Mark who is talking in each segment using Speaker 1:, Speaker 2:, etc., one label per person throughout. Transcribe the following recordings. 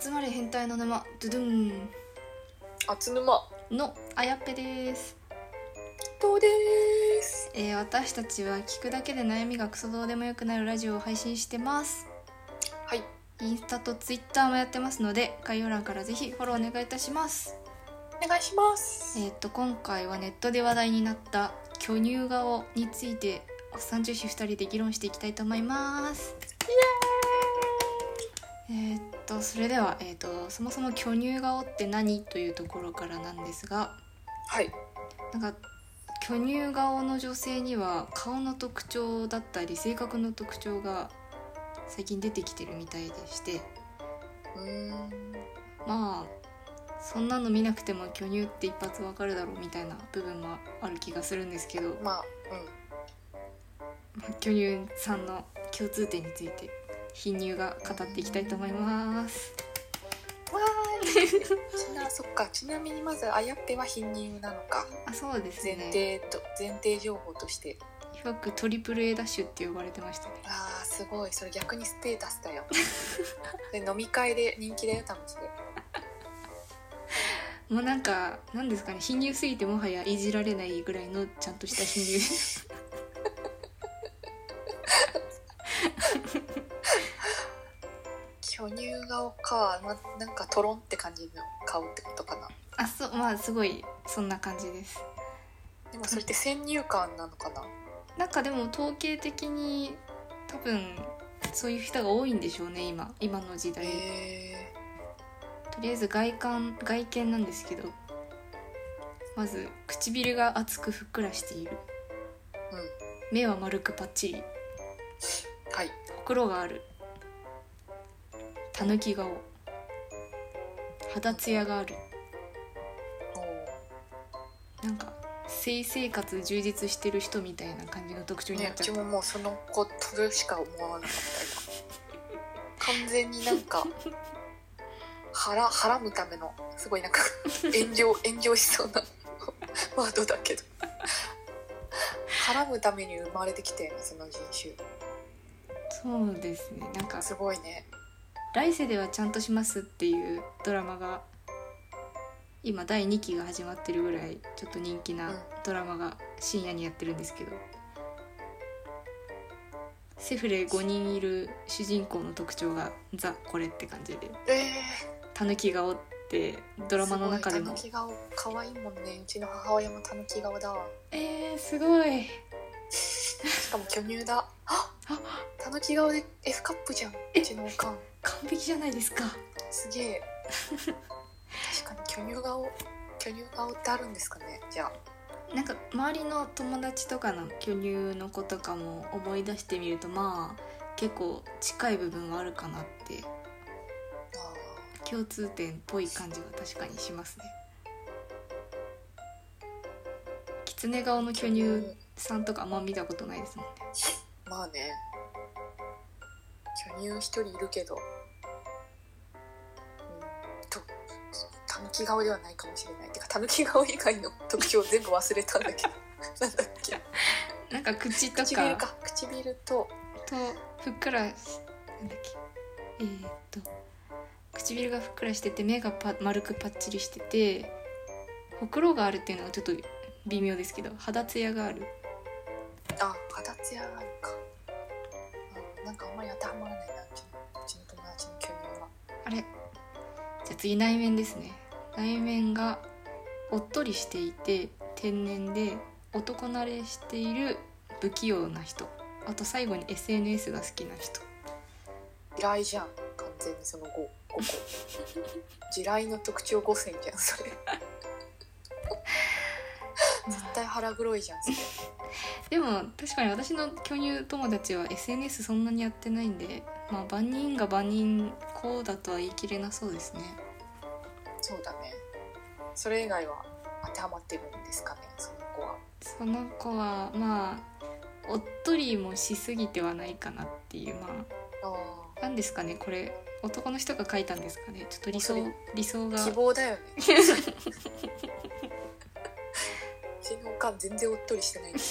Speaker 1: 集まれ変態の沼ドゥドゥン
Speaker 2: あつぬま
Speaker 1: のあやっぺです、
Speaker 2: どうです
Speaker 1: えー私たちは聞くだけで悩みがクソどうでもよくなるラジオを配信してます
Speaker 2: はい
Speaker 1: インスタとツイッターもやってますので概要欄からぜひフォローお願いいたします
Speaker 2: お願いします
Speaker 1: えっ、と今回はネットで話題になった巨乳顔についておっさん女子2人で議論していきたいと思いますえっ、とそれでは、えー、とそもそも巨乳顔って何というところからなんですが
Speaker 2: はい
Speaker 1: なんか巨乳顔の女性には顔の特徴だったり性格の特徴が最近出てきてるみたいでして
Speaker 2: うーん
Speaker 1: まあそんなの見なくても巨乳って一発わかるだろうみたいな部分もある気がするんですけど
Speaker 2: まあ
Speaker 1: 巨乳さんの共通点について貧乳が語っていきたいと思います
Speaker 2: うんわーい ちなそっかちなみにまずあやっぺは貧乳なのか
Speaker 1: あそうです
Speaker 2: 前
Speaker 1: ね
Speaker 2: 提と前提情報として
Speaker 1: いわくトリプル A ダッシュって呼ばれてましたね
Speaker 2: あーすごいそれ逆にステータスだよ で飲み会で人気だよ多分それ
Speaker 1: もうなんかなんですかね貧乳すぎてもはやいじられないぐらいのちゃんとした貧乳
Speaker 2: 巨乳顔か、ま、なんかトロンって感じの顔ってことかな
Speaker 1: あそうまあすごいそんな感じです
Speaker 2: でもそれって先入観なのかな
Speaker 1: なんかでも統計的に多分そういう人が多いんでしょうね今今の時代、
Speaker 2: へ
Speaker 1: とりあえず外観外見なんですけどまず唇が厚くふっくらしている
Speaker 2: えうん
Speaker 1: 目は丸くパッチリ
Speaker 2: はい
Speaker 1: ほくろがあるたぬき顔肌ツヤがある
Speaker 2: おー
Speaker 1: なんか性生活充実してる人みたいな感じの特徴にな
Speaker 2: ね
Speaker 1: っ、
Speaker 2: う
Speaker 1: ち
Speaker 2: ち
Speaker 1: ゃった、
Speaker 2: ももうそのことしか思わなかった今完全になんか腹腹むためのすごいな んか炎上炎上しそうなワードだけど腹むために生まれてきたよねその人種
Speaker 1: そうですねなんか
Speaker 2: すごいね
Speaker 1: 「来世ではちゃんとします」っていうドラマが今第2期が始まってるぐらいちょっと人気な
Speaker 2: うん
Speaker 1: ドラマが深夜にやってるんですけど、セフレ5人いる主人公の特徴がザ・これって感じで
Speaker 2: ええ
Speaker 1: タヌキ顔ってドラマの中です
Speaker 2: ご
Speaker 1: も
Speaker 2: い狸顔可愛いもんねうちの母親もたぬき顔だわ
Speaker 1: えー、すごい
Speaker 2: しかも巨乳だあ
Speaker 1: あ
Speaker 2: たぬき顔で F カップじゃんうちのおかん
Speaker 1: 完璧じゃないですか
Speaker 2: すげえ確かに巨乳顔巨乳顔ってあるんですかねじゃあ
Speaker 1: なんか周りの友達とかの巨乳の子とかも思い出してみるとまあ結構近い部分はあるかなって
Speaker 2: あ
Speaker 1: 共通点っぽい感じは確かにしますね狐顔の巨乳さんとかあんま見たことないですもんね
Speaker 2: ーまあね巨乳一人いるけどうんとたぬき顔ではないかもしれないてかたぬき顔以外の特徴全部忘れたんだけ どなんだっけ
Speaker 1: なんか口と
Speaker 2: 唇
Speaker 1: か
Speaker 2: か唇と
Speaker 1: とふっくらしなんだっけえーっと唇がふっくらしてて目がパ丸くパッチリしててほくろがあるっていうのはちょっと微妙ですけど肌ツヤがある
Speaker 2: あ肌ツヤがあるか、うん、なんかあんまり当てはまらないなうちのうちの友達の巨乳は
Speaker 1: あれじゃあ次内面ですね内面がおっとりしていて天然で男慣れしている不器用な人あと最後に SNS が好きな人
Speaker 2: 地雷じゃん完全にその 5, 5個地雷の特徴5選じゃんそれ絶対腹黒いじゃんそれ
Speaker 1: でも確かに私の巨乳友達は SNS そんなにやってないんでまあ万人が万人こうだとは言い切れなそうですね
Speaker 2: そうだねそれ以外は当てはまってるんですかねその子は
Speaker 1: その子はまあおっとりもしすぎてはないかなっていうまあ
Speaker 2: あ
Speaker 1: なんですかねこれ男の人が書いたんですかねちょっと理想
Speaker 2: もうそれ
Speaker 1: 理想が
Speaker 2: ー希望だよねうちのおかん全然おっとりしてないんだけ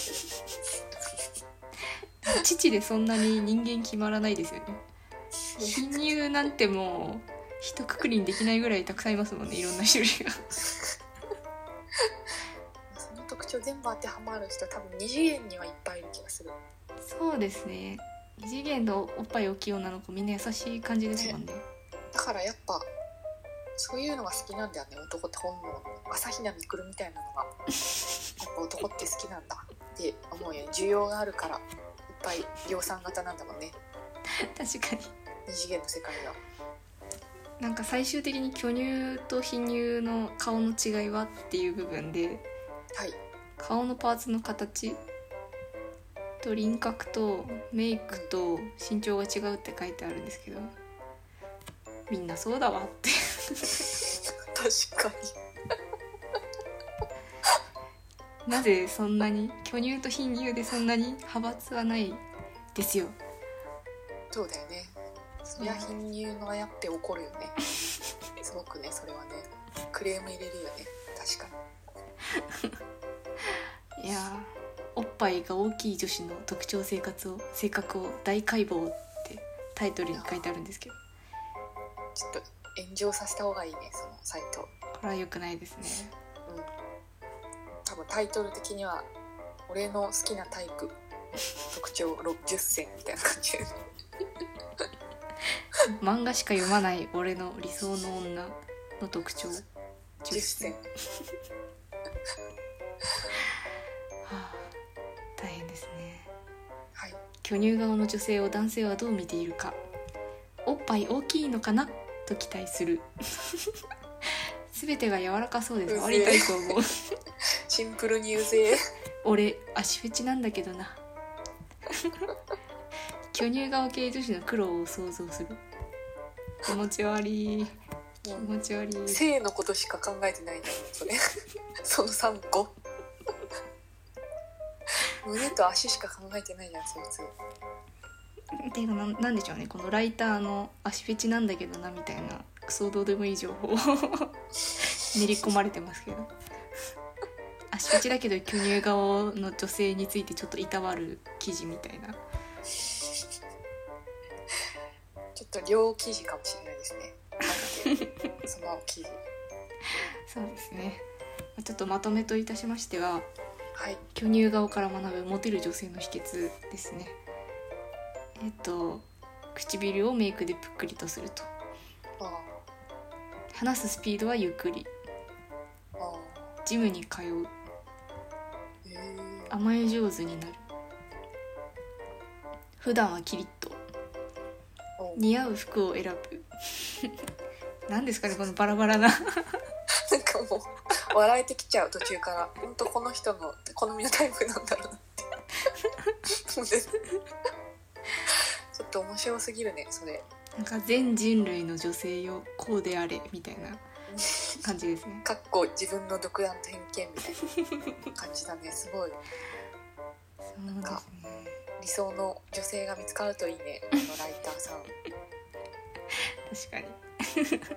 Speaker 1: 父でそんなに人間決まらないですよね
Speaker 2: ど
Speaker 1: 貧乳なんてもう一括りにできないぐらいたくさんいますもんね いろんな種類が
Speaker 2: その特徴全部当てはまる人多分二次元にはいっぱいいる気がする
Speaker 1: そうですね異次元のおっぱい大きい女の子みんな優しい感じです もんね
Speaker 2: だからやっぱそういうのが好きなんだよね男って本能朝比奈みくるみたいなのがやっぱ男って好きなんだって思うよね需要があるからいっぱい量産型なんだもんね
Speaker 1: 確かに
Speaker 2: 二次元の世界が
Speaker 1: なんか最終的に巨乳と貧乳の顔の違いはっていう部分で
Speaker 2: はい
Speaker 1: 顔のパーツの形と輪郭とメイクと身長が違うって書いてあるんですけどみんなそうだわって
Speaker 2: 確かに
Speaker 1: なぜそんなに巨乳と貧乳でそんなに派閥はないですよ
Speaker 2: そうだよねそりゃ貧乳のあやって怒るよねすごくねそれはねクレーム入れるよね確か
Speaker 1: いやーおっぱいが大きい女子の特徴生活を性格を大解剖ってタイトルに書いてあるんですけど
Speaker 2: にちょっと炎上させた方がいいねそのサイト
Speaker 1: これは良くないですね
Speaker 2: 多分タイトル的には「俺の好きな体育特徴60選」みたいな感じで
Speaker 1: 漫画しか読まない俺の理想の女の特徴
Speaker 2: 10選
Speaker 1: はあ大変ですね
Speaker 2: はい
Speaker 1: 巨乳顔の女性を男性はどう見ているかおっぱい大きいのかなと期待する 全てが柔らかそうです
Speaker 2: う
Speaker 1: 割
Speaker 2: ぜえ
Speaker 1: りたいと思う
Speaker 2: シンプルにうぜえ
Speaker 1: 俺足フェチなんだけどな巨乳顔系女子の苦労を想像する気持ち悪い気
Speaker 2: も
Speaker 1: 持ち悪いう
Speaker 2: 性のことしか考えてないんだよそれ その3個胸と足しか考えてないじゃんそいつ
Speaker 1: ていうかなんなんでしょうねこのライターの足フェチなんだけどなみたいなクソどうでもいい情報を 練り込まれてますけど足フェチだけど巨乳顔の女性についてちょっといたわる記事みたいな
Speaker 2: ちょっと両記事かもしれないですねなんかその記事
Speaker 1: そうですねまあちょっとまとめといたしましては
Speaker 2: はい
Speaker 1: 巨乳顔から学ぶモテる女性の秘訣ですねえっと唇をメイクでぷっくりとすると
Speaker 2: ああ
Speaker 1: 話すスピードはゆっくり
Speaker 2: ああ
Speaker 1: ジムに通う
Speaker 2: へえ
Speaker 1: 甘え上手になる普段はキリッと
Speaker 2: お
Speaker 1: 似合う服を選ぶ 何ですかねこのバラバラな
Speaker 2: なんかもう笑えてきちゃう途中から本当この人の好みのタイプなんだろうなってもう全然ちょっと面白すぎるねそれ
Speaker 1: なんか全人類の女性よこうであれみたいな感じですね
Speaker 2: かっこ自分の独断と偏見みたいな感じだねすごい
Speaker 1: そうです
Speaker 2: か
Speaker 1: ね
Speaker 2: 理想の女性が見つかるといいねこのライターさん
Speaker 1: 確かに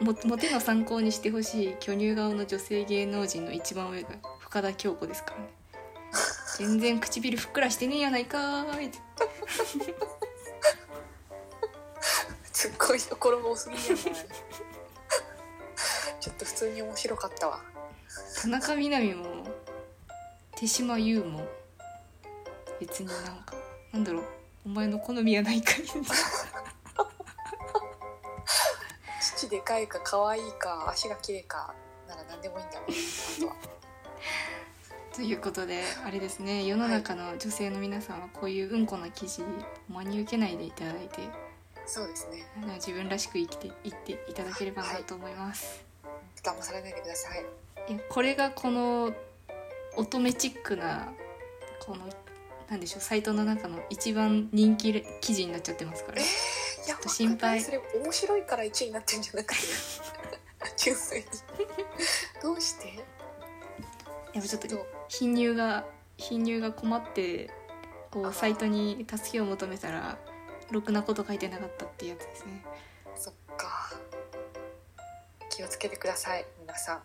Speaker 1: もモテの参考にしてほしい巨乳顔の女性芸能人の一番上が深田恭子ですから ね全然唇ふっくらしてねえやないかーいって
Speaker 2: すっごいところが多すぎじゃないちょっと普通に面白かったわ
Speaker 1: 田中みな実も手島優も別になんかなんだろうお前の好みやないかい
Speaker 2: 父でかいか可愛いか足が綺麗かなら何でもいいんだねあとは
Speaker 1: ということであれですね世の中の女性の皆さんはこういううんこな記事真に受けないでいただいて
Speaker 2: そうですね
Speaker 1: あの自分らしく生きていっていただければなと思います、
Speaker 2: 騙されないでください
Speaker 1: いやこれがこの乙女チックなこのなんでしょうサイトの中の一番人気れ記事になっちゃってますから
Speaker 2: いや
Speaker 1: ちょっと心配
Speaker 2: わかんないそれ面白いから1位になってんじゃなくて純粋にどうして
Speaker 1: やっぱちょっ
Speaker 2: ど
Speaker 1: と
Speaker 2: う
Speaker 1: 貧乳が貧乳が困ってこ
Speaker 2: あ
Speaker 1: う
Speaker 2: ー
Speaker 1: サイトに助けを求めたらろくなこと書いてなかったってやつですね
Speaker 2: そっか気をつけてください皆さん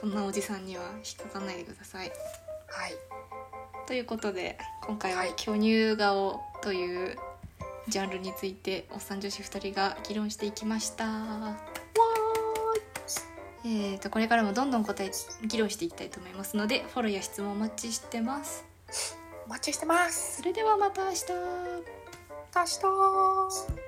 Speaker 1: こんなおじさんには引っかかんないでください
Speaker 2: はい
Speaker 1: ということで今回は
Speaker 2: はい
Speaker 1: 巨乳顔というジャンルについておっさん女子2人が議論していきました。えー、とこれからもどんどん答え議論していきたいと思いますのでフォローや質問お待ちしてます
Speaker 2: お待ちしてます
Speaker 1: それではまた明日
Speaker 2: また明日